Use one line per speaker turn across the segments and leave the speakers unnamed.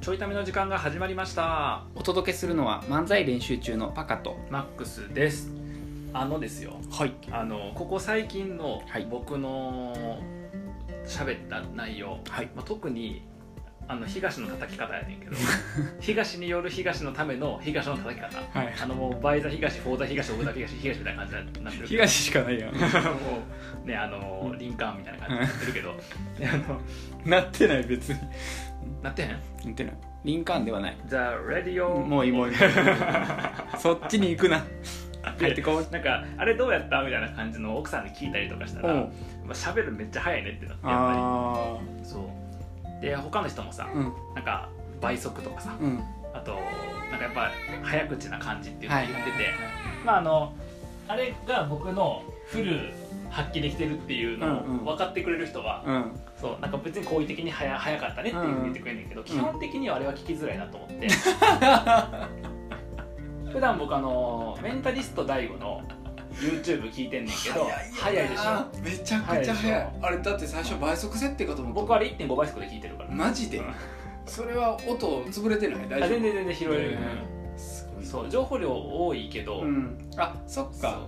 ちょいための時間が始まりました
お届けするのは漫才練習中のパカと
マックスですあのですよ
はい
あのここ最近の
はい
僕の喋った内容、
はい
まあ、特にあの東の叩き方やねん けど東による東のための東の叩き方
はい
あのもうバイザ東フォーザ東オブザ東東みたいな感じになってるけど
東しかないやん
もうねあのリンカーンみたいな感じになってるけ ど、ねあの
なってない別に
なってへん
なってないリンカーンではない
?The Radio
もういい もういいそっちに行くな帰ってこう
なんかあれどうやったみたいな感じの奥さんに聞いたりとかしたら、
う
ま
ん
あ、喋るめっちゃ早いねってなってやっ
あ
ぱりそうで他の人もさ
あうん
なんか倍速とかさ
うん
あとなんかやっぱ早口な感じっていうのを
は
言
い
ってて、まああのあれが僕のフル発揮できてるっていうのを
うんうん
分かってくれる人は、
うん
そうなんか別に好意的に早早かったねっていうふうに言ってくれるんだけど、基本的にはあれは聞きづらいなと思っ て、普段僕あのメンタリスト DAIGO の YouTube 聞いてんねんけど早いでしょ
ょめちゃくちゃ早
早い
い
でし
あれだって最初倍速設定かと思った
僕はあれ1.5倍速で聞いてるから、
マジで
うんあ
それは音潰れてない大丈夫
全然全然拾える、
すごい
そう情報量多いけど、
うん
あそっ
そ
か
う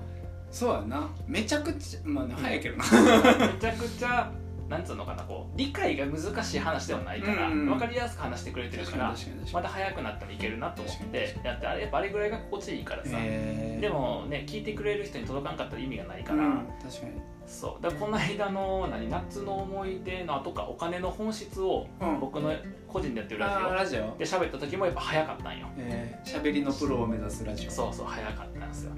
そうやなめちゃくちゃまあね早いけどな
めちゃくちゃなんつうのかなこう理解が難しい話ではないから、わ
うんうん
かりやすく話してくれてるから
に
また早くなったらいけるなと思って
確
やってあれやっぱあれぐらいが心地いいからさ、
えー
でもね聞いてくれる人に届かんかったら意味がないか
う
ら、
ん確かに
そうだからこの間の何夏の思い出の後かお金の本質を
うん
僕の個人でやってる
あー
ラ
ラジオ
ジオで喋った時もやっぱ早かったんよ
えー喋りのプロを目指すラジオ
そうそう早かったんですよ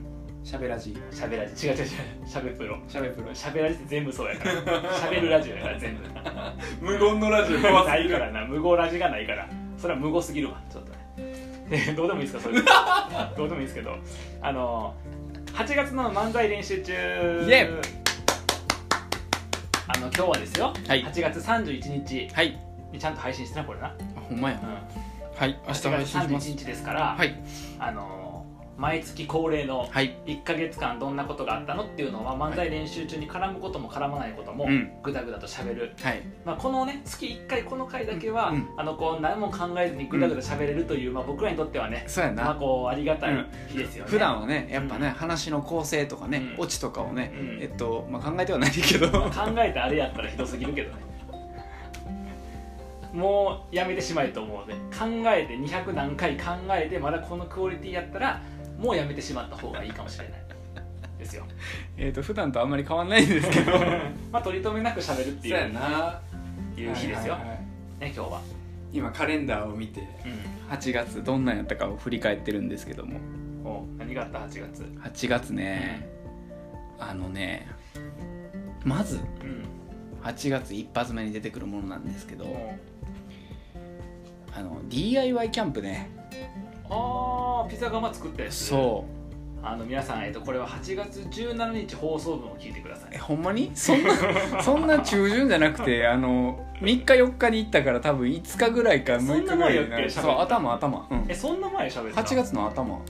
喋ラジ
喋らじ違う違う違う喋プロ
喋プロ
喋らじって全部そうや から喋るラジオやから全部
無言の ラジオ
ないからな無言ラジがないからそれは無言すぎるわちょっとねどうでもいいですかそ れどうでもいいですけどあの8月の漫才練習中
イエイ
あの今日はですよ、
はい
8月31日
はい
にちゃんと配信してなこれな、
あほんまや
うん、
はい明日配信します
8月31日ですから、
はい
あの毎月恒例の
はい
1か月間どんなことがあったのっていうのは漫才練習中に絡むことも絡まないことも、
うん
ぐだぐだとしゃべる
はい
まあ、このね月1回この回だけは、
うん
あのこう何も考えずにぐだぐだ喋れるという、まあ、僕らにとってはね、
そうや
まあ、
な
こうありがたい日ですよね、
普段はねやっぱね
うん
話の構成とかね
うん
オチとかをね
うん
えっとまあ考えてはないけど
まあ考えてあれやったらひどすぎるけどねもうやめてしまえと思うね考えて200何回考えてまだこのクオリティやったらもうやめてしまった方がいいかもしれないですよ
えっと普段とあんまり変わんないんですけど
まあ取り留めなく喋るって
そう
い
や
う
な
いう日ですよ、
はいはいはい
ね今日は、
今カレンダーを見て
8月どんなんやったかを振り返ってるんですけども
うん、お何があった8月
8月ねあのねまず
うん
8月一発目に出てくるものなんですけど
も
あの DIY キャンプね
うああピザ窯作ったやつ
そう
あの皆さん、えっと、これは8月17日放送分を聞いてくださ
え
い。
ほんまにそんなそんな中旬じゃなくてあの3日4日に行ったから多分5日ぐらいか6日ぐらいになる
そん
そ
なもんやっ
う
け
頭頭、うん
え、、そんな前に喋った
8月の頭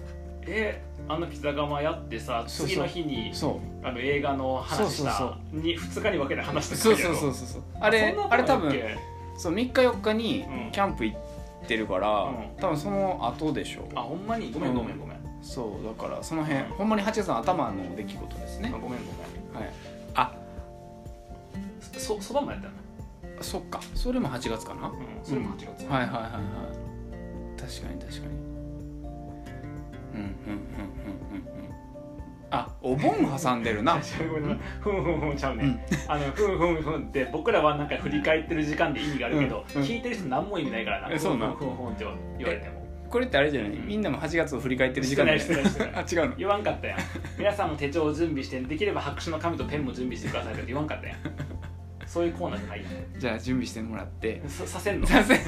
え、あのピザ窯やってさ、
そうそう
次の日に
そ
あの映画の話した
そうそう
に2日に分けて話し
う
た。
そうそうそううそうそうあ
そ
れ
んな
あれ多
前
分
やっ
そう3日4日に
うん
キャンプ行ってるから、
うん
多分その後でしょう
けあ、ほんまにごめんごめんごめん。
そうだからその辺、
うん
ほんまに8月の頭の出来事です
あ
ね
ごめんごめん。
はいあ
そそばもやったの、
そっかそれも8月かな、はい
うん、それも8月。
はいはいはい確かに確かにうんうんうんうんうんうんあお盆挟んで るな
ごめんごめんふんふんふんちゃうね、
うん
あのふんふんふんって僕らはなんか振り返ってる時間で意味があるけど、
うんうん
聞いてる人何も意味ないからな
えそうなん
ふんふんふんふんって言われても
これってあれじゃない、
うん
みんなも8月を振り返ってる時間だよ
してないしてない
あ違うの
言わんかったやん皆さんも手帳を準備してできれば白紙の紙とペンも準備してくださいって言わんかったやんそういうコーナーじゃないやん
じゃあ準備してもらって
ささせんの
させさ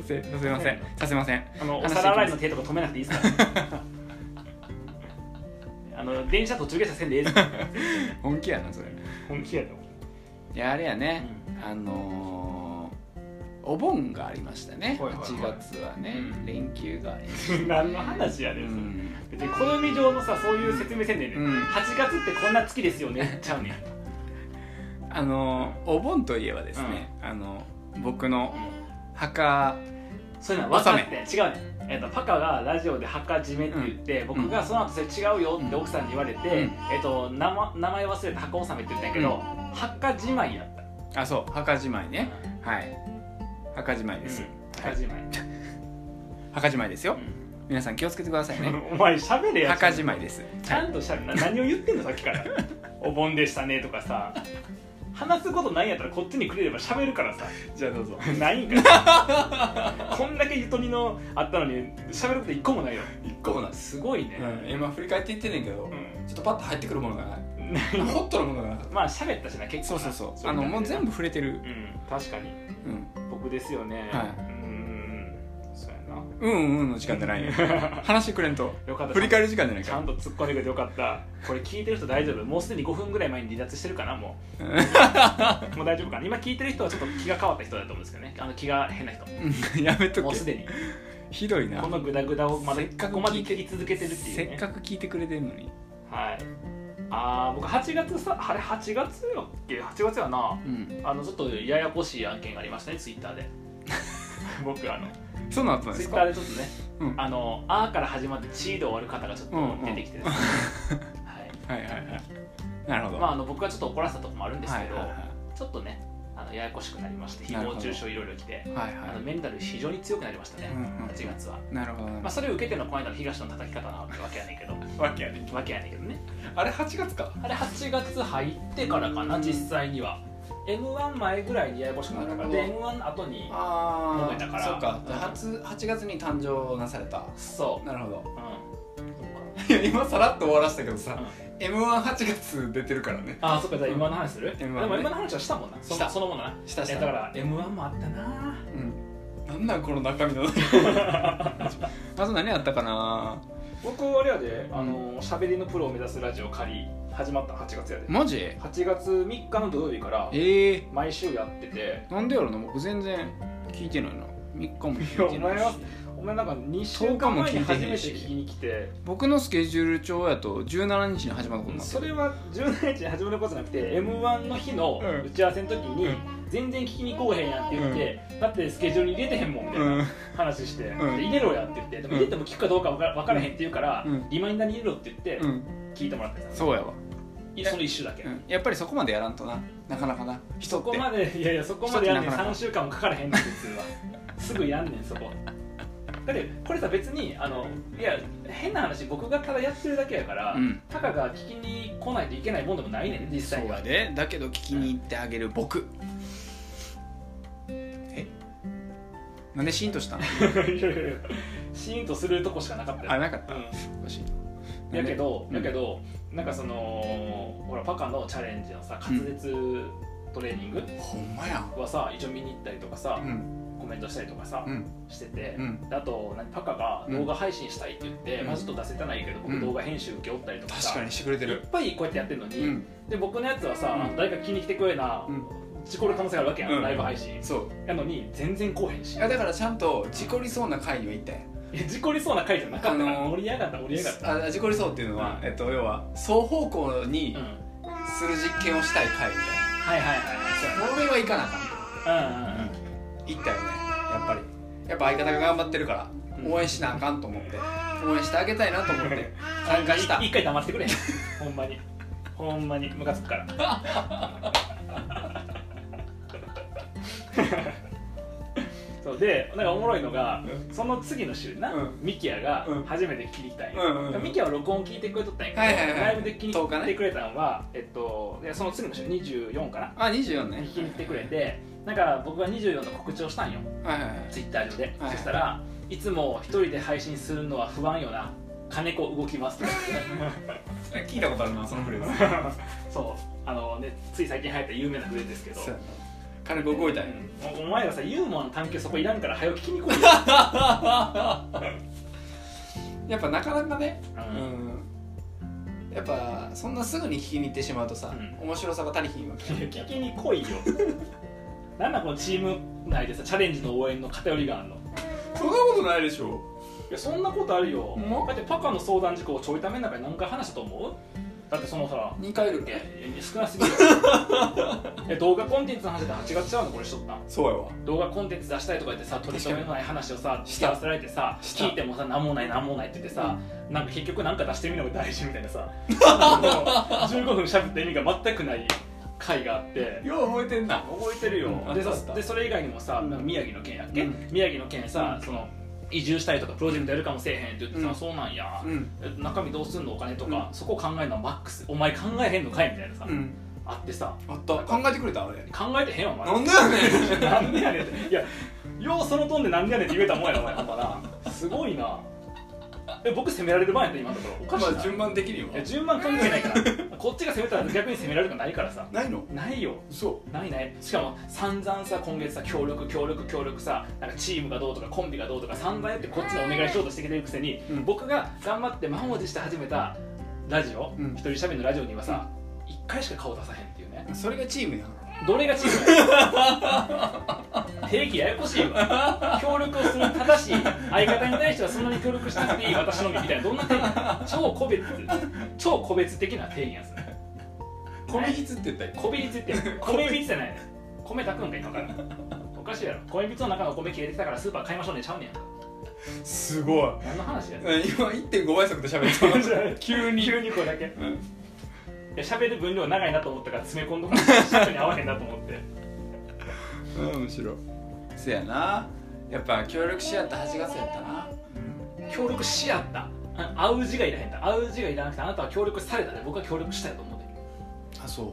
せさせませんさせません
あのお
話していきます
皿洗いの手とか止めなくていいですからあの電車途中下車せんでええですから
本気やなそれ
本気やで
いやあれやね、あのーお盆がありましたね、
はいはいはい
8月はね、
うん
連休がありまし
何の話や
た、
ね
うんん
それ別に暦上のさそういう説明せんでええねん
うん
8月ってこんな月ですよねちゃうねん
あのーお盆といえばですね、あの僕の墓
そういうのは分かって違うねえっと、パカがラジオで「墓締め」って言って、僕がその後それ違うよって奥さんに言われて、
うん
えっと、名前名前忘れて墓納めって言ったんやけど、墓じまいやった
あそう墓じまいねはい墓じまいです、
墓じまい、
墓じまいですよ皆さん気をつけてくださいね
お前しゃべれや
墓じまいです
ちゃんとしゃべな何を言ってんのさっきから「お盆でしたね」とかさ話すことないんやったらこっちにくれればしゃべるからさ
じゃあどうぞ
ないんかいこんだけゆとりのあったのにしゃべること一個もないよ
一個もないです、
すごいね、
うん、今振り返っていってんねんけど、
うん
ちょっとパッと入ってくるものがない
ない
ホットなものがなかっ
まあ喋ったしな結
そ
構
う
な
そうそう
い
あの
感じ
もう
でな
全部触れてる、
うん確かに
うん、
僕ですよね、
はいう
ーんそうやな
うんうんの時間じゃ ないよ話してくれんと
よかった
振り返る時間じゃない
ちゃ
か
んと突っ込んでくれてよかったこれ聞いてる人大丈夫もうすでに5分ぐらい前に離脱してるかなも うもう大丈夫かな今聞いてる人はちょっと気が変わった人だと思うんですけどねあの気が変な人
うんやめと
もう
け
すでに
ひどいな
このグダグダをまだ
せっか
こ
く
こまで
聞いて
聞き続けてるっていう、
せ
ね、
っかく聞いてくれてるのに
はいあー僕8月さあれ8月よっけ8月やな
うん
あのちょっとややこしい案件がありましたねツイッター で僕あの
そうなったんで
ツイ
す
ッター
か
でちょっとね、
うん
あの「あ」から始まって「ち」で終わる方がちょっと出てき てですね、はい
はいはいはいなるほど、
まあ、あの僕はちょっと怒らせたところもあるんですけど、
はいはいはい
ちょっとねあのややこしくなりまして
なる
誹
ほど
謗中傷いろいろ来て、
はい
あの
は
メンタル非常に強くなりましたね、
うんうん
8月は、
いなるほどなる
まあ、
ほ
それを受けてのこの間の東の叩き方なわけやねんけど
たわけやね
わけやねんけどね
あれ8月か
あれ8月入ってからかな実際には m 1前ぐらいにややこしくなったからで
なる
m 1後に
あ
揉めたから
そうか
うん
初8月に誕生なされた
そ
なるほど
う、うん、
いや今さらっと終わらせたけどさ、
う
m 1 8月出てるからね
ああそっかじゃあ m 1の話する、
M1 ね
でも m 1の話はしたもんなそ
した
そのものな
したした
いやだから m 1もあったな
うんなんなんこの 中身の
どあと何やったかな
僕あれやであの喋りのプロを目指すラジオ仮始まったの8月やで
マジえ
8月3日の土曜日から
え
毎週やってて
ー、なんでやろな僕全然聞いてないな3日も
いや
聞い
お
て
前
ない
は
し
お前なんか2週間前に初めて聞きに来て
僕のスケジュール帳やと17日に始まることになって
そ
る
れは17日に始まることじゃなくて m 1の日の
うん
打ち合わせの時に
うん
全然聞きに来おへんやんって言ってだってスケジュールに入れてへんもんみたいな
うん
話してで
ん
入れろやって言ってでも入れても聞くかどうか分から分からへんって言うから
うん
リマインダーに入れろって言って
うん
聞いてもらったんですよ
そうやわ、
いその1週だけ
うん、やっぱりそこまでやらんとななかなかな人
そ
って
こまでいやいやそこまでやんねん
ちょっとなかなか
3週間もかからへんねん普通はすぐやんねんそこだってこれさ別にあのいや変な話僕がただやってるだけやから、
うん
タカが聞きに来ないといけないもんでもないねん実
そ
際
う
は
やでだけど聞きに行ってあげる僕えなんでシーン としたの
いやいやいや シーンとするとこしかなかったよ
あなかった
う
おかしい
ん、やけど、
なんで
やけどなんかそのほらパカのチャレンジのさ滑舌トレーニング
ほんまや
はさ一応見に行ったりとかさ、
うん
コメントしたりとかさ、
うん
してて、
うん
であと何パカが動画配信したいって言って、
うん
まあちょっと出せてないけど僕
うん
動画編集受け負ったりとかさ
確かにしてくれて
いっ
る
ぱいこうやってやってるの
う
に、
ん
で僕のやつはさ、
うん
誰か気に来てくれな、
うん
事故る可能性があるわけやん、
うん
ライブ配信
そう
やのに全然こうへんし
いやだからちゃんと事故りそうな回には行ったんや
いや事故りそうな回じゃなかったから、
あのー
盛り上がった盛り上がった、
あ事故りそうっていうのは、
うん
えっと、要は双方向に
うん、
する実験をしたい回みた
はいはいはい
な、もう上は行かなあかん
いそうやな
行ったよねやっぱりやっぱ相方が頑張ってるから
うん
応援しなあかんと思って応援してあげたいなと思って参加した
うんうんい一回黙ってくれほんまにほんまにムカつくからそうでなんかおもろいのが、その次の週な、
うん
ミキヤが
うん
初めて聞きに来たんや、
うんうんうん
ミキヤは録音聞いてくれとったんやけど、
はいはいはい
ライブで聞きに
10日
来
ね
てくれたんは、えっと、でその次の週24かな、
あ
聞
24ね
きに来てくれてなんか僕が24の告知をしたんよ
はいはいはい
ツイッター上で、
はい
そしたら「いつも一人で配信するのは不安よな金子動きます」って
聞いたことあるなそのフレーズ
そうあのねつい最近流行った有名なフレーズですけど
そうやな軽く動いたんや
おお前らさユーモアの探求そこいらんから早く聞きに来いよ、
やっぱなかなかね
う
うんんやっぱそんなすぐに聞きに行ってしまうとさ、
うん
面白さが足りひんわけ
いや聞きに来いよなんだこのチーム内でさチャレンジの応援の偏りがあるのい
そんなことないでしょ
やそんなことあるよ
ほんま
だってパカの相談事項をちょいための中で何回話したと思うだってそのさ
2回いるっ
いや
け
いや少なす ぎるいや動画コンテンツの話で8月ちゃうのこれしとった
そうやわ
動画コンテンツ出したいとか言ってさ取り留めのない話をさ
し
聞
た
かせられてさ
した
聞いてもさ何もない何もないって言ってさ、なんか結局なんか出してみるのが大事みたいな さもう15分喋った意味が全くない回があって
よう覚えてんな
覚えてるよ、
うん
で
あったあった
さでそれ以外にもさ、
うん
なんか宮城の県やっけ、
うん
宮城の県さ、その移住したりとかプロジェクトやるかもせえへんって言ってさ、
うん
そうなんや、
うん
え中身どうすんのお金とか、そこ考えるのはマックスお前考えへんのかいみたいなさ、
うん
あってさ
あった考えてくれたあれ
考えてへんわお前
なんでやねん
なんでやねんっていやようそのトーンでなんでやねんって言えたもんやなお前ほんまなすごいなえ僕責められる番やった今のところおかしい
ま
な
あ順番的に
いや
は
順番考えないからこっちが責めたら逆に責められるとかないからさ
ないの
ないよ
そ
ないないしかも散々さ今月さ協力協力協力さなんかチームがどうとかコンビがどうとか散々やってこっちのお願いしようとしてきてるくせに、
うん
僕が頑張って満を持して始めたラジオ、
うん
一人喋りのラジオにはさ一回しか顔出さへんっていうね
うそれがチームや
どれがチームや 定義ややこしいわ協力をする正しい相方に対してはそんなに協力しなくていい私のみみたいなどんな定義超個別超個別的な定義やんすね
米筆って言ったよ
こびりついてる米びつじゃないね米炊くんか今からおかしいやろ米びつの中の米切れてきたからスーパー買いましょうねちゃうねん
すごい
何の話やねん
今1.5倍速で喋 ってた急に
急にこれだけい
うん
や喋る分量長いなと思ったから詰め込んど くの尺に合わへんなと思って
うんむしろせやな
やっぱ協力し合った8月やったな
協力し合ったあ会う字がいらへんた会う字がいらなくてあなたは協力されたね僕は協力したいと思ってる、
あそう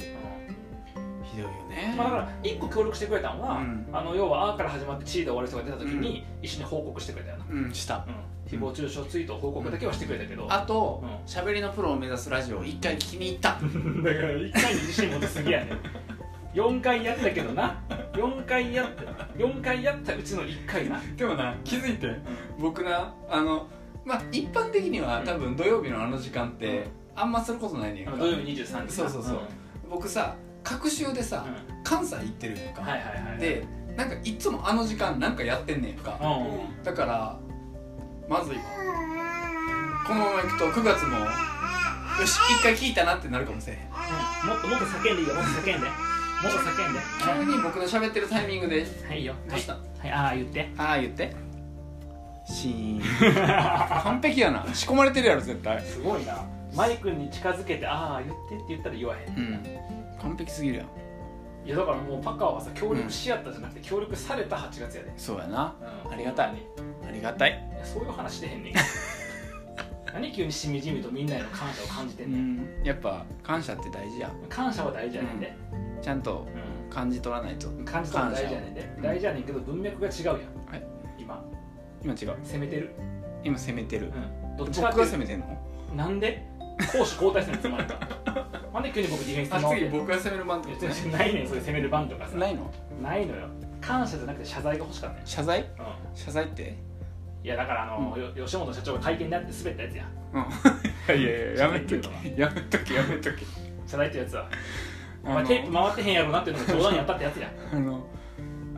ひどいよね
まあ、だから一個協力してくれたのは、
うん
あの要は「あ」から始まって「地位で終わる人が出た時に一緒に報告してくれたよな、
うんした
うん、誹謗中傷ツイート報告だけはしてくれたけど、
あと
うん
喋、りのプロを目指すラジオを一回聞きに行った
だから1回に自信持ちすぎやねん4回やったけどな4回やった4回やったうちの1回な
でもな気づいて僕なあのまあ一般的には多分土曜日のあの時間ってあんますることないねん
あ
か
の土曜日23時
そうそうそう僕さ各週でさ
ん、
関西行ってるやん
う
か、
んはいはいはい
でなんかいつもあの時間なんかやってんねん
う
か、
ん
だからまずいわこのまま行くと9月もよし一回聞いたなってなるかもしれへん
うんもっともっと叫んでいいよもっと叫んでもっと叫んで
急に僕の喋ってるタイミングで
はいいいよ
どうした
はい、はい、ああ言って
ああ言ってシーン完璧やな仕込まれてるやろ絶対
すごいなマイクに近づけてああ言ってって言ったら言わへん
うん
完璧すぎるやん
いやだからもうパカはさ協力し合ったじゃなくて協力された8月やで、
そうやな
うん
ありがたいありがたい
いやそういう話してへんねん 何急にしみじみとみんなへの感謝を感じて
うん
ねん
んやっぱ感謝って大事や
感謝は大事やねんで、
ちゃんと感じ取らないと
うん、感じたの大事やねんで
謝
大事やねんけど文脈が違うやん、
はい
今
今違う
攻めてる、
今攻めてる
うん、どっ
僕
ち
が
かってい
攻
う
めてんの
となんで攻守交代するのつまらん からなんで急に僕ディフェンス
あ
回
次
って
僕が攻める番ってことね
別にないねんそういう攻める番とかさ
ないの
ないのよ感謝じゃなくて謝罪が欲しかったね、
謝罪
うん、
謝罪って
いやだからあの、
う
よ吉本社長が会見であって滑ったやつや
うん いやい やいややめと
謝罪って
けやめとけやめとけ
謝罪ってやつはお
あ
前
の
テープ回ってへんやろなっていうのが冗談やったってやつ や、
あの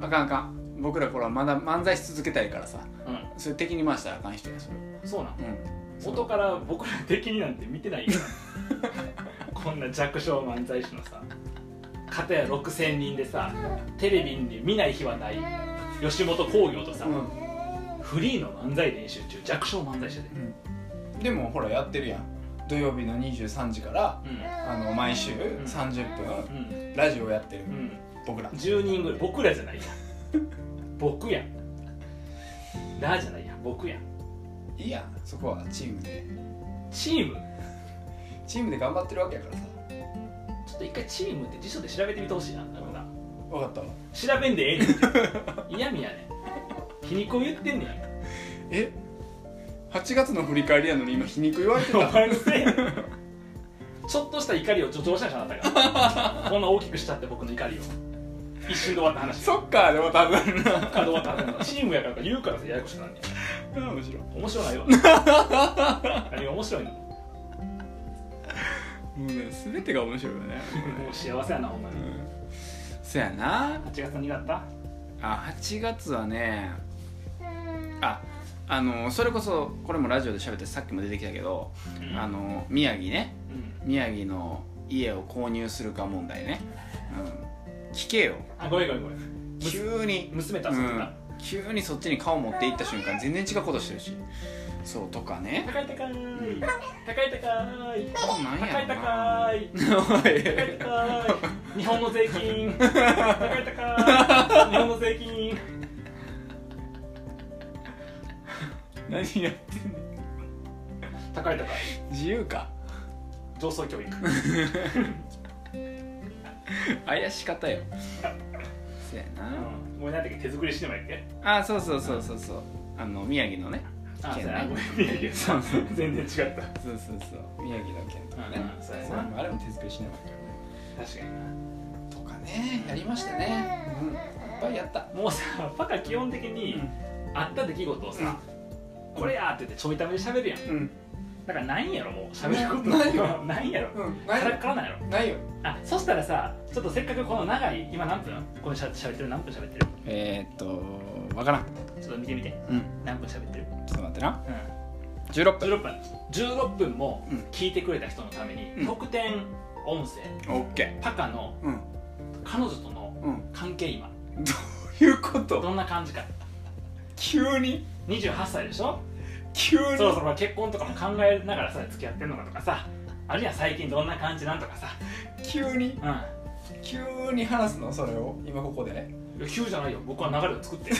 あかんあかん僕らほらまだ漫才し続けたいからさ
う
それ敵に回したらあかん人やそれ
ん、そうなん
うん
元から僕ら的になんて見てない からこんな弱小漫才師のさ片や6000人でさテレビに見ない日はない吉本興業とさ、
う
フリーの漫才練習中弱小漫才師やで
んうんでもほらやってるやん土曜日の23時から
う
あの毎週30
ん
分
うん
ラジオやってる
うん
僕ら
10人ぐらい僕らじゃないやん僕やんラじゃないやん僕やん
いいやんそこはチームで
チーム
チームで頑張ってるわけやからさ
ちょっと一回チームって辞書で調べてみてほしいななんかな
分かったわ
調べんでええねんって嫌味やねん皮肉を言ってんねん
え8月の振り返りやのに今皮肉言われて
お
た
前のせいやちょっとした怒りを助長したんじゃなかったからこんな大きくしちゃって僕の怒りを一瞬で終わった話
そっかでも多分な
っかで終わった話チームやからか言うからさややこしくなんね
むしろ
ん面白 ないわ何が面白いのも
もうね全てが面白いよね、
う幸せやなほんま
う
に
ん、そやな
8月何があった
あ8月はねああのそれこそこれもラジオで喋ってさっきも出てきたけど、
うん
あの宮城ね
うん
宮城の家を購入するか問題ね、うん、聞けよ
あごめんごめんごめん
急に、
娘と
う
遊んで
ん
た、
急にそっちに顔持っていった瞬間全然違うことしてるしそうとかね
高い高い高い高い
こうなんや
高い
ろ
高
ないおい
高い高い日本の税金高い高い日本の税金
何やってんの
高い高い
自由か
上層教育
怪し方よそうやな
ごめんなんだっけ手作りしてもやっけ
あそうそうそうそうそうあの宮城のね
あ
県
そうや
ね
ごめん宮城
そうそう
全然違った
そうそうそう宮城の県とかね
うんうんそうやな
あれも手作りしなかったね
確かにな
とかねやりましたねうんいっぱいやった
もうさパカ基本的にあった出来事をさ、これやーって言ってちょいためで喋るやん
うん
だからないんやろもう喋ること
ないよ
ないんやろ
うんな
から
い
っからなんやろ
ないよ
あそしたらさちょっとせっかくこの長い今何分このしゃ喋ってる何分喋ってる
えー、っとわからん
ちょっと見てみて
うん
何分喋ってる
ちょっと待ってな
うん
16分
16分16分も
うん
聞いてくれた人のために、
うん
特典音声
オッケ
パカの
ーうん
彼女との
うん
関係今
どういうこと
どんな感じか
急に
28歳でしょ
急に
そろそろ結婚とかも考えながらさ付き合ってんのかとかさあるいは最近どんな感じなんとかさ
急に
う
急に話すのそれを今ここで
んいや急じゃないよ僕は流れを作 ってる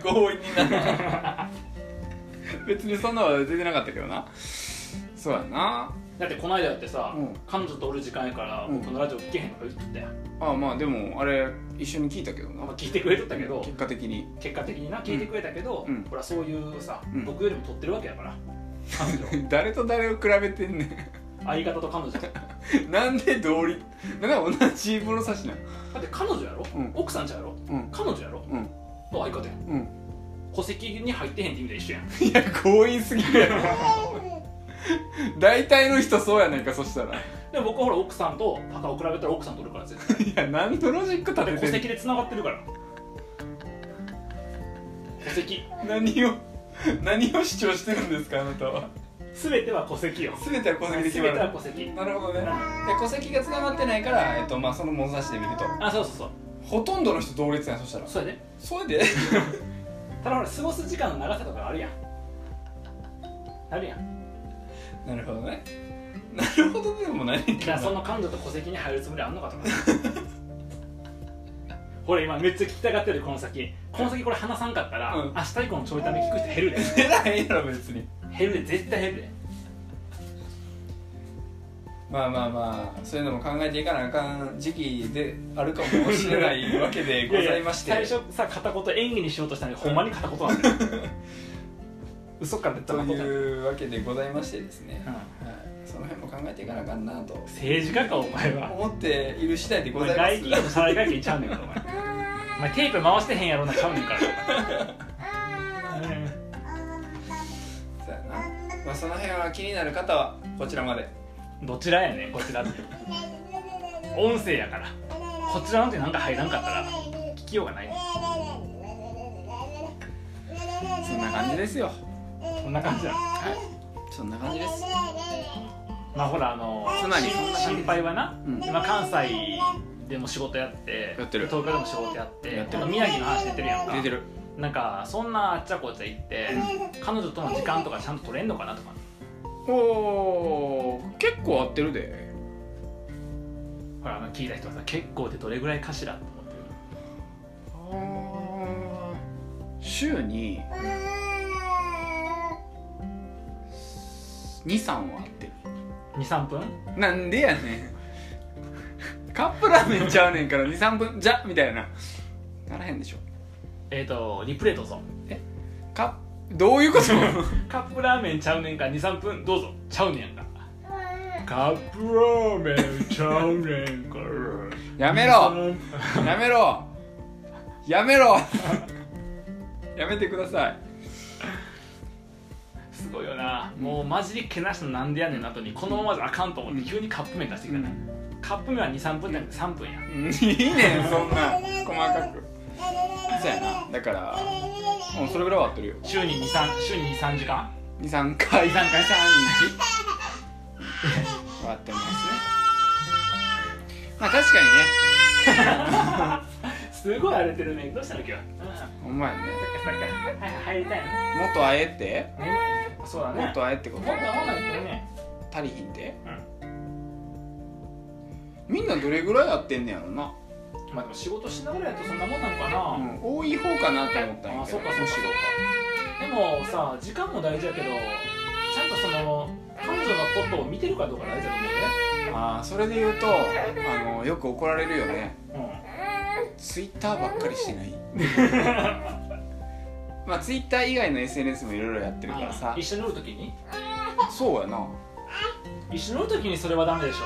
強引になる
別にそんなは出てなかったけどなそうやな
だってこの間だってさ、
うん
彼女とおる時間やから
うん
僕のラジオ聞けへんとか言っとったやん、
ああまあでもあれ一緒に聞いたけど
まあ
な
聞いてくれとったけど
結果的に
結果的にな聞いてくれたけど、
うん
ほらそういうさ、
うん
僕よりも取ってるわけやから彼 女
誰と誰を比べてんね
相方と彼女だって
ん なんで同率なんで同じ物差しなの
彼女やろ、
うん
奥さんちゃうやろ
うん
彼女やろ
うん
の相方やん
うん
戸籍に入ってへんって意味で一緒やん
いや強引すぎるやろ 大体の人そうやねんかそしたら
でも僕はほら奥さんとパカを比べたら奥さんとおるから 絶対
いや何のロジック
だって
立
戸
てて
籍でつながってるから戸籍
んの何を何を主張してるんですかあなたは
全ては戸籍よ
全ては戸籍で
全
決
て
まる
は戸籍
なるほどねで戸籍がつながってないから、えっとまあ、その物差しで見ると
あそうそうそう
ほとんどの人同列やんそしたら
それね
それで
ただほら過ごす時間の長さとかあるやんあるやん
なるほどねなるほどでもないけ
だ
ど
からその彼女と戸籍に入るつもりあんのかとか ほら今めっちゃ聞きたがってるこの先この先これ話さんかったら、
うん
明日以降のちょいため聞く人減るで
出ないやろ別に
減るで絶対減るで
まあまあまあそういうのも考えていかなあかん時期であるかもしれ ないわけでございまして
やや最初さ片言演技にしようとしたのにほんまに片言なんだよ 嘘かって
と
言ったら
いうわけでございましてですね、
うん
はい、その辺も考えていかなあかんなと
政治家かお前は
思っている次第で
お
ご
前
ざ
大
い
企
ま
業
す
の社内会見ちゃうねんからお前お前テープ回してへんやろなちゃうねんからうん
そうやな、まあ、その辺は気になる方はこちらまで
どちらやねんこちらって音声やからこちらなんてなんか入らんかったら聞きようがないね
そんな感じですよ
んそんな感じだ
そんな感じです
まあほらあの
つまり
心心配はな、
うん
今関西でも仕事やって
やってる
東京でも仕事やって
やってる
今度宮城の話出てるやんか
出てる
なんかそんなあっちゃこっちゃ行って、彼女との時間とかちゃんと取れんのかなとか
おー結構合ってるで
ほらあの聞いた人はさ結構ってどれぐらいかしらと思ってる
週に23は合ってる
23分
なんでやねんカップラーメンちゃうねんから23分じゃみたいなならへんでしょ
えっ、とリプレイどうぞ
カップどういうこと
カップラーメンちゃうねんか23分どうぞちゃうねんやんかカップラーメンちゃうねんから
やめろやめろやめろやめてください
すごいよなもうマジでけなしたのなんでやねんの後にこのままじゃあかんと思って急にカップ麺出してきたね、カップ麺は23分じゃなくて3分や
うんいいねんそんな細かく
「
そうやなだからもうそれぐらいは合ってるよ
週に23週に23時間
23回
23回
3日割ってますねまあ確かにね
すごい荒れてるねどうしたの 今日
ほんまやね
入りたいね
もっとあえって
そうだね
もっとあえってこ
も
と
っともっとね
足りひんでみんなどれぐらいやってんねやろな、
まあでも仕事しながらやとそんなもんなんか
う
な、
ん、多い方かなと思ったんや
あ
け
そ
ど
っかそっか
むしろ
でもさ時間も大事やけどちゃんとその彼女のことを見てるかどうか大事だと思
ああそれで言うとあのよく怒られるよね
うね
ツイッターばっかりしてない まあツイッター以外の SNS もいろいろやって
う
る
ん
からさ
一緒におるときに
そうやな
一緒におるときにそれはダメでしょ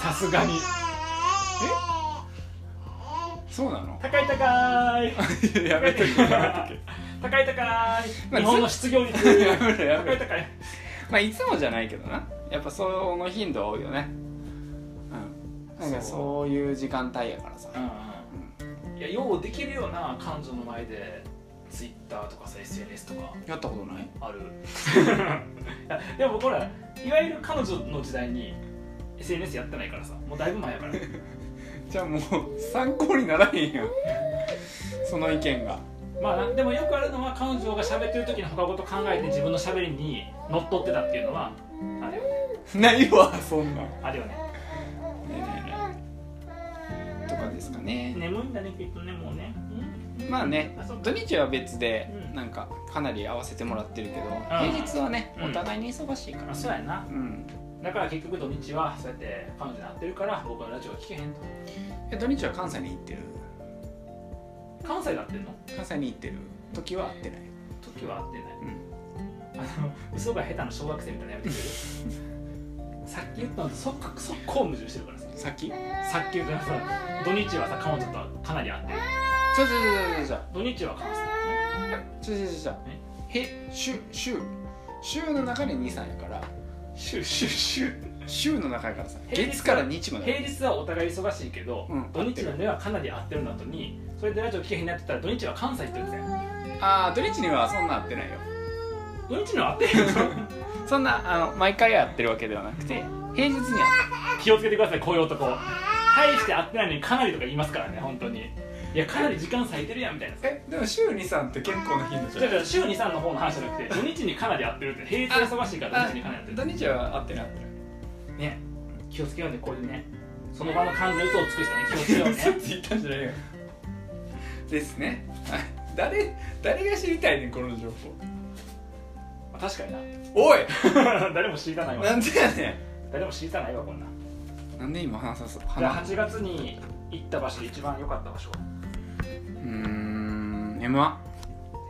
さすがに
そうなの
高い高い
やめとけ やめと
高い高
ま
い日
あ
本の失業率
けや
高
めろやめ
い
ろ
高い
まあいつもじゃないけどなやっぱその頻度は多いよねうんなん
そ
か
う
そういう時間帯やからさ
うんいやようできるような彼女の前でツイッターとかさ SNS とか
やったことない
あるいやでもほらいわゆる彼女の時代に SNS やってないからさもうだいぶ前や から
じゃあもう参考にならへんよその意見が
まあなでもよくあるのは彼女が喋ってる時の他事考えて自分の喋りに乗っ取ってたっていうのはあれよね
ないわそんなんね
あれよね
えねえねえとかですかね
眠いんだねきっとねもうね、うん
まあね
あそっか
土日は別で
うん
なんかかなり合わせてもらってるけど平日はね
うん
お互いに忙しいか
あ
ら
そうやな
うん
だから結局土日はそうやって彼女に会ってるから僕はラジオ聞けへんと
え土日は関西に行ってる
関西で会ってんの
関西に行ってる時は会ってない
時は会ってない
うん
あの嘘が下手な小学生みたいなのやめてくれるさっき言ったのと即即行矛盾してるからさ
先ちょ
さっき言ったのとさ土日はさ彼女とはかなり会ってる
ちょちょちょ
土日は関西
ちょちょちょちょちょへ週週週の中に23やから
シュッシュッシュ
週の中やからさ
平日は
月から日まで
平日はお互い忙しいけど、
うん
土日の目はかなり会ってるの後にそれでラジオ聞けへんなってたら土日は関西って言ってたよ
ああ土日にはそんな会ってないよ
土日には会ってへんの
そんなあの毎回会ってるわけではなくて平日には
気をつけてくださいこういう男大して会ってないのにかなりとか言いますからね本当にいやかなり時間割いてるやんみたいな
えでも週23って結構な頻度
じ
じゃ
ゃあ週に3の方の話じゃなくて土日にかなり会ってるって平日忙しいから土日にかなり会ってる
土日は合ってない合ってない
ね気をつけようねこういうねその場の感情嘘をつく人ね気をつけよう
嘘 っ
ね
て言ったんじゃないよ
ですね
誰誰が知りたいねんこの情報
まあ確かにな
おい
誰も知りたないわ
なんでやね
誰も知りたないわこんなん
なんで今話さす
じゃあ
話
8月に行った場所で一番良かった場所
うーん m 1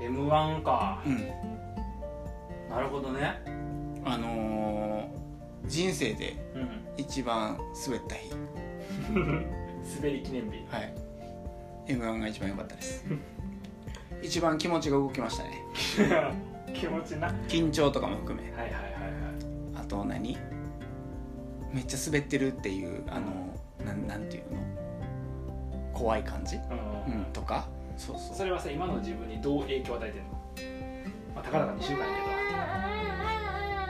m 1か
うん
なるほどね
あのー、人生で
うん
一番滑った日
滑り記念日
はい m 1が一番良かったです一番気持ちが動きましたね
気持ちなはい
緊張とかも含め
はいはいはい
あと何めっちゃ滑ってるっていうあのなんなんていうの怖い感じ、
うん、
うん、とかそうそう
それはさ今の自分にどう影響を与えてるのまあたかだか2週間や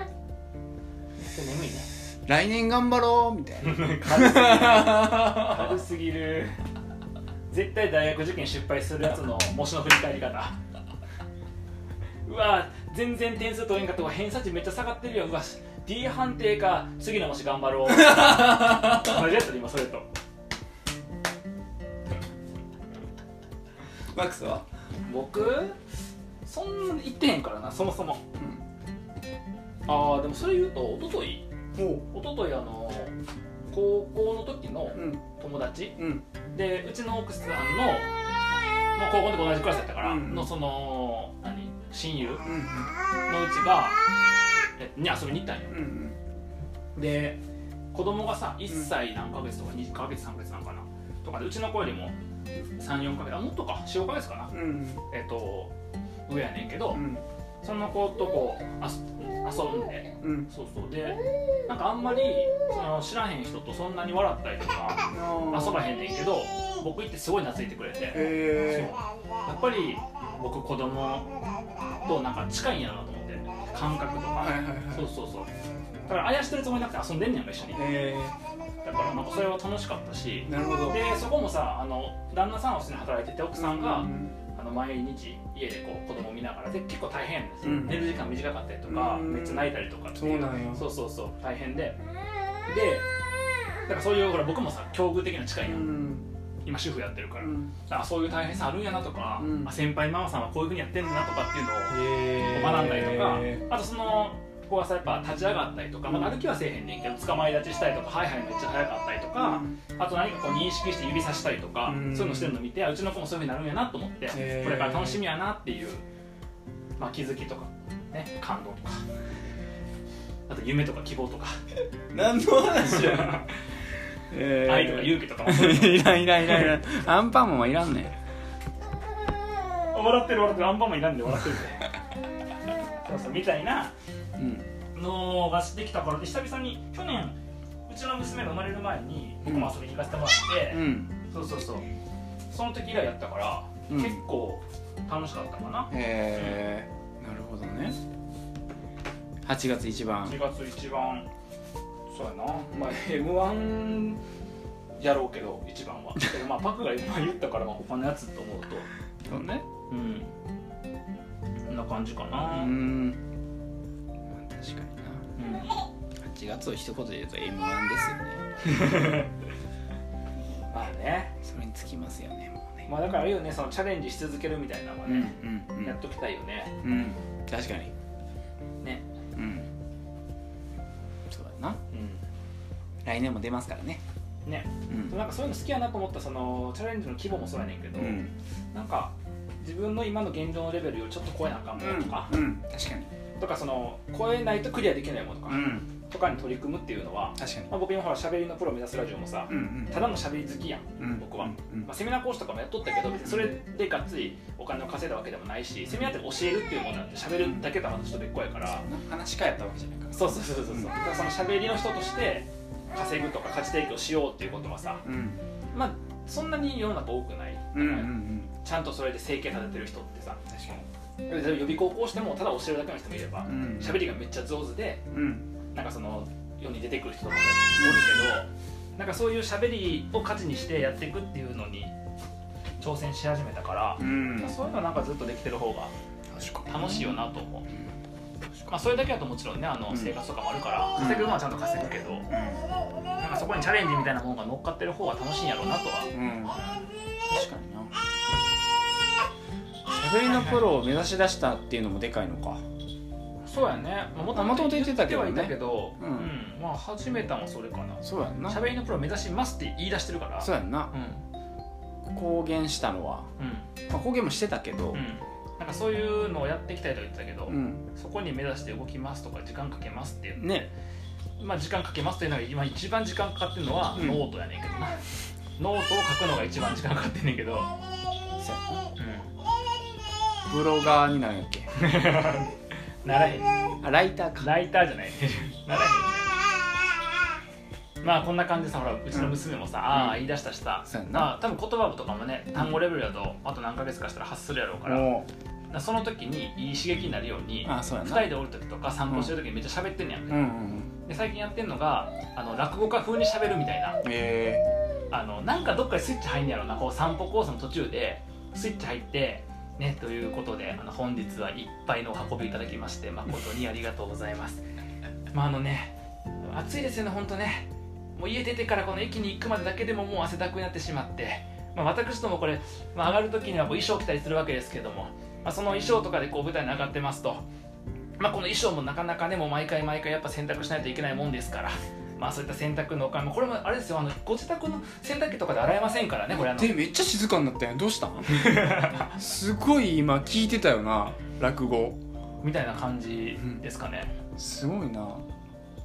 けど眠いね
来年頑張ろうみたいな
軽すぎる軽すぎる絶対大学受験失敗するやつの模試の振り返り方うわ全然点数取れんかったわ偏差値めっちゃ下がってるようわ D 判定か次の模試頑張ろう同じやつだ今それと
マックスは、
僕そんなに言ってへんからなそもそもああでもそれ言うと一昨日
うん、おう
一昨日あの高校の時の
うん
友達
うん
でうちの奥さんの、まあ、高校の時同じクラスだったから、
うん
のその何親友のう
うん
ちがえに遊びに行ったんよ
うんうん
で子供がさ1歳何ヶ月とか2ヶ月3ヶ月なんかなとかでうちの子よりも34ヶ月あもっとか45ヶ月かな
うん
えっ、と上やねんけど、
うん
その子とこうあす遊んで
うん
そうそうでなんかあんまりその知らへん人とそんなに笑ったりとか遊ばへんねんけど僕行ってすごい懐いてくれて
え
やっぱり僕子供となんか近いんやなと思って感覚とか、
はいはいはい
そうそうそうだからあやしてるつもりなくて遊んでんねやんか一緒に
え
だからなんかそれは楽しかったし
ー、なるほど
でそこもさあの旦那さんは普通に働いてて奥さんが、
うん
あの毎日家でこう子供見ながらで結構大変です、
うん
寝る時間短かったりとか、
うん
めっちゃ泣いたりとかって
そうなんや
そうそうそう大変ででだからそういうほら僕もさ境遇的な近いやん、
ん
今主婦やってるか
う
ら、
ん
あそういう大変さあるんやなとか、
うん
あ先輩ママさんはこういうふうにやってんだなとかっていうのを
えー
学んだりとか、あとその子はさやっぱ立ち上がったりとか、まあ、歩きはせえへんねんけど捕まえ立ちしたりとかハイハイめっちゃ速かったりとか、あと何かこう認識して指さしたりとか、
うん
そういうのしてるの見てあうちの子もそういうふうになるんやなと思って、
へー
これから楽しみやなっていう、まあ、気づきとか、ね、感動とかあと夢とか希望と か、
何の話やねんえー
愛とか勇気とかも
いらんいらんいらんいらんアンパンマンはいらんねん
笑ってる笑ってるアンパンマンいらんで笑ってるでそうそうみたいな
うん
のができたからで久々に去年うちの娘が生まれる前に僕も遊びに行かせてもらって。
うん
そうそうそうその時以来やったから、
うん
結構楽しかったかな
えー、なるほどね8月一番
1月一番そうやなまあ m 1やろうけど一番はでもま あパクが今言ったからまあ他のやつと思うと
そうね
うんこんな感じか
う
な、
んまあ確かにな
うん
8月を一言で言うと m 1ですよね
まあね
それにつきますよねもうね
まあだからあれよねそのチャレンジし続けるみたいなのは
うん
ね、
う
やっときたいよね
んうん、うん、確かに
ね
うんそうだな
う
来年も出ますからね
んね
う
でも
ん
なんかそういうの好きやなと思ったそのチャレンジの規模もそうやねんけど、なんか自分の今の現状のレベルよりちょっと超えなあかんものとか、
うん、確かに
とかその超えないとクリアできないものとか、
ん
とかに取り組むっていうのは、
確かに
まあ、僕今ほら喋りのプロ目指すラジオもさ、
うんうん
ただの喋り好きやん、
うん
僕は、
うん
まあ、セミナー講師とかもやっとったけど別にそれでがっつりお金を稼いだわけでもないしセミナーって教えるっていうものなんて喋るだけとはまたちょっと別個やから、
話かやったわけじゃないから
そうそうそうそうそう、だからその喋りの人として稼ぐとか価値提供しようっていうことはさ
うん
まあそんなに世の中多くない、
うんうんうん
ちゃんとそれで整形されてる人ってさ
確かに
例えば予備校講師でもただ教えるだけの人もいれば
うん
喋りがめっちゃ上手で
うん
なんかその世に出てくる人とかもおるけどなんかそういう喋りを価値にしてやっていくっていうのに挑戦し始めたから
う、ん
そういうのなんかずっとできてる方が
確かに
楽しいよなと思う、
確
まあ、
か
それだけだともちろんねあ
う
の
ん
生活とかもあるから稼ぐのはちゃんと稼ぐけど、なんかそこにチャレンジみたいなものが乗っかってる方が楽しいんやろうなとは
にうん確かにな喋りのプロを目指し出したっていうのもでかいのか
そうやねも
あ元々言ってたけど
言
ね
ってはいたけど、
うん
うんまあ始めたもそれかな
そうやんな
喋りのプロ目指しますって言い出してるから
そうやんな
う
公言したのは、
んうん
まあ、公言もしてたけど
うんなんかそういうのをやっていきたいとか言ってたけど、
うん、
そこに目指して動きますとか時間かけますっていう、
ね
まあ、時間かけますというのが今一番時間かかってるのは
うん
ノートやねんけど な、ノートを書くのが一番時間かかってんねんけど、
そうやなブロガーになるんやっけ
ならへん
あライターか
ライター じゃないねならへんねまあこんな感じでさほらうちの娘もさ、ああ言い出したした、
そうやんな
まあ多分言葉とかもね単語レベルだとあと何ヶ月かしたら発するやろうから、
も
だ
う
からその時にいい刺激になるように
あそうや
2
な
人でおる時とか散歩してる時にめっちゃ喋ってんねやん
うんうん
で最近やってんのがあの落語家風に喋るみたいな
え
あのなんかどっかでスイッチ入んねやろなこう散歩コースの途中でスイッチ入ってねということであの本日は一杯のお運びいただきまして誠にありがとうございます まああのね暑いですよねほんとねもう家出てからこの駅に行くまでだけでももう汗だくになってしまって、まあ、私どもこれ、まあ、上がる時にはこう衣装着たりするわけですけども、まあ、その衣装とかでこう舞台に上がってますと、まあ、この衣装もなかなかねもう毎回毎回やっぱ洗濯しないといけないもんですから。まあそういった洗濯のお金もこれもあれですよあのご自宅の洗濯機とかで洗えませんからねこれあの
でめっちゃ静かになったやんどうしたんすごい今聞いてたよな落語
みたいな感じですかね、
すごいな
っ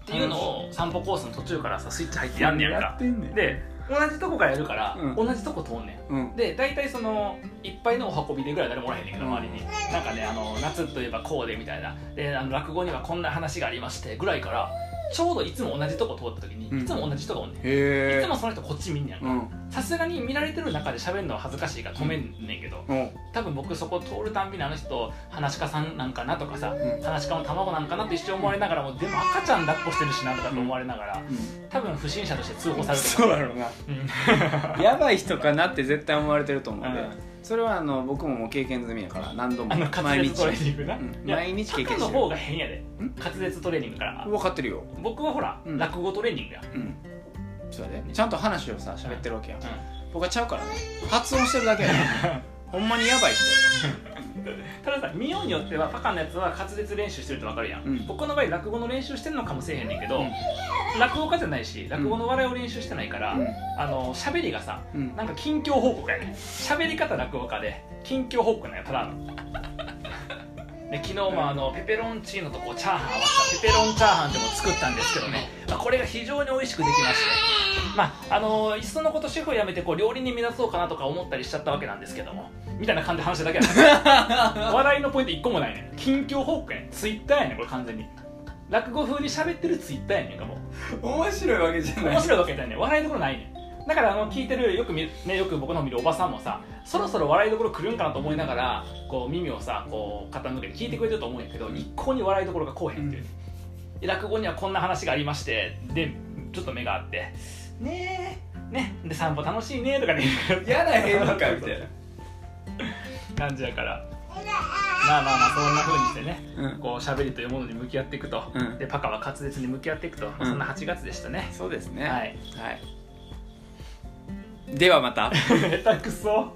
ていうのを散歩コースの途中からさスイッチ入ってやんねやんか
ってんねん
で同じとこからやるから、
うん
同じとこ通んねん
うん
で大体そのいっぱいのお運びでぐらい誰もおらへんねんけど
うん
周りになんかねあの夏といえばこうでみたいなであの落語にはこんな話がありましてぐらいからちょうどいつも同じとこ通った時に、
うん
いつも同じ人がおんねん、い
へ
つ
え
もその人こっち見んねやん
う
か
ん
さすがに見られてる中で喋るのは恥ずかしいから止めんねんけど、
お
多分僕そこ通るたんびにあの人話し家さんなんかなとかさ、
ん
話し家の卵なんかなって一瞬思われながらもでも赤ちゃん抱っこしてるしなとかと思われながら、多分不審者として通報されると
そうだろうな
思う、
やばい人かなって絶対思われてると思うんで、
うん
それはあの僕ももう経験済みやから何度も
あの滑
毎
舌
日
トレーニングな、
うん
いや
毎日経験してる
タカの方が変やで
ん
滑舌トレーニングから
分かってるよ、
僕はほら、
うん
落語トレーニングや、
うん、ちょっと待ってちゃんと話をさ喋ってるわけや、
う
僕はちゃうからね発音してるだけや からほんまにやばい人や
ん、たださ見ようによってはパカのやつは滑舌練習してると分かるやん、
うん
僕の場合落語の練習してんのかもしれへんねんけど、
うん
落語家じゃないし落語の笑いを練習してないから、あの喋りがさ
うんうん
なんか近況報告やね喋り方落語家で近況報告なんやただの で昨日もあのペペロンチーノとこうチャーハン合わせたペペロンチャーハンってものを作ったんですけどね、まあ、これが非常に美味しくできましてまああのいっそのことシェフを辞めてこう料理人目指そうかなとか思ったりしちゃったわけなんですけどもみたいな感じで話しただけや ね笑いのポイント一個もないね近況報告やねツイッターやねこれ完全に落語風に喋ってるツイッターやねんかもう
面白いわけじゃない
面白いわけじゃないね笑いどころないねだからあの聞いてるよく見る、ね、よく僕の見るおばさんもさそろそろ笑いどころ来るんかなと思いながらこう耳をさこう傾けて聞いてくれてると思うんやけど一向に笑いどころがこうへんっていう、で落語にはこんな話がありましてでちょっと目があって「ねえねで散歩楽しいね」とか ね
やな変化みたいな
感じやからまあまあまあそんな風にしてね
うん
こう喋りというものに向き合っていくと、
うん
でパカは滑舌に向き合っていくと、まあそんな8月でしたね、
そうですね
は、い
はい、ではまた
下手くそ